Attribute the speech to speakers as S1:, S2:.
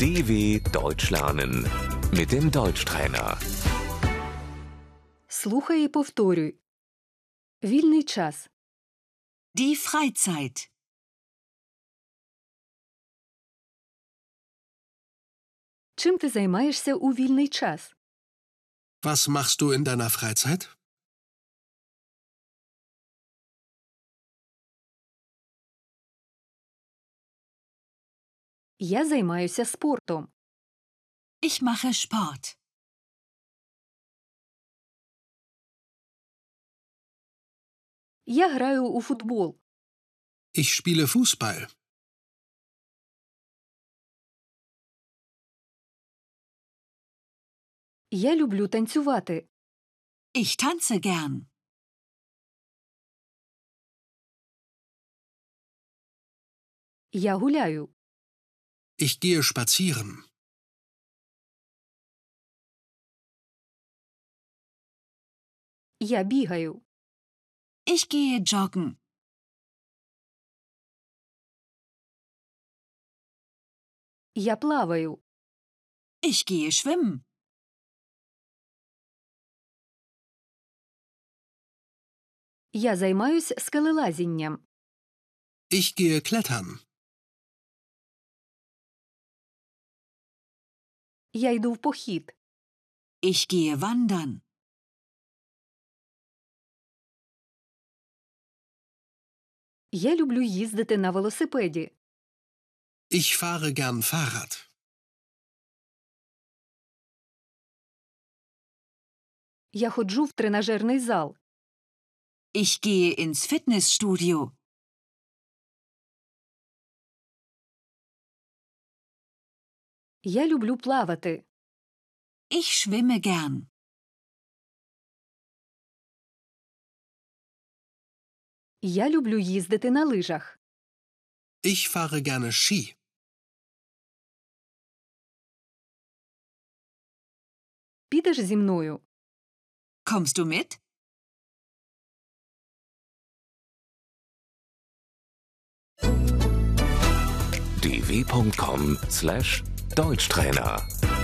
S1: DW Deutsch lernen mit dem Deutschtrainer.
S2: Слухай і повторюй. Вільний час.
S3: Die Freizeit.
S2: Чим ти займаєшся у вільний час?
S4: Was machst du in deiner Freizeit?
S2: Я займаюся спортом.
S3: Ich mache Sport.
S2: Я граю у футбол.
S4: Ich spiele Fußball.
S2: Я люблю танцювати.
S3: Ich tanze gern.
S2: Я гуляю.
S4: Ich gehe spazieren.
S2: Я бігаю.
S3: Ich gehe joggen.
S2: Я плаваю.
S3: Ich gehe schwimmen.
S2: Я займаюсь скелелазінням.
S4: Ich gehe klettern.
S2: Я йду в похід.
S3: Ich gehe wandern.
S2: Я люблю їздити на велосипеді.
S4: Ich fahre gern Fahrrad.
S2: Я ходжу в тренажерний зал.
S3: Ich gehe ins Fitnessstudio.
S2: Я люблю плавати.
S3: Ich schwimme gern.
S2: Я люблю їздити на лижах.
S4: Ich fahre gerne Ski.
S2: Підеш зі мною?
S3: Kommst du mit?
S1: dw.com/deutschtrainer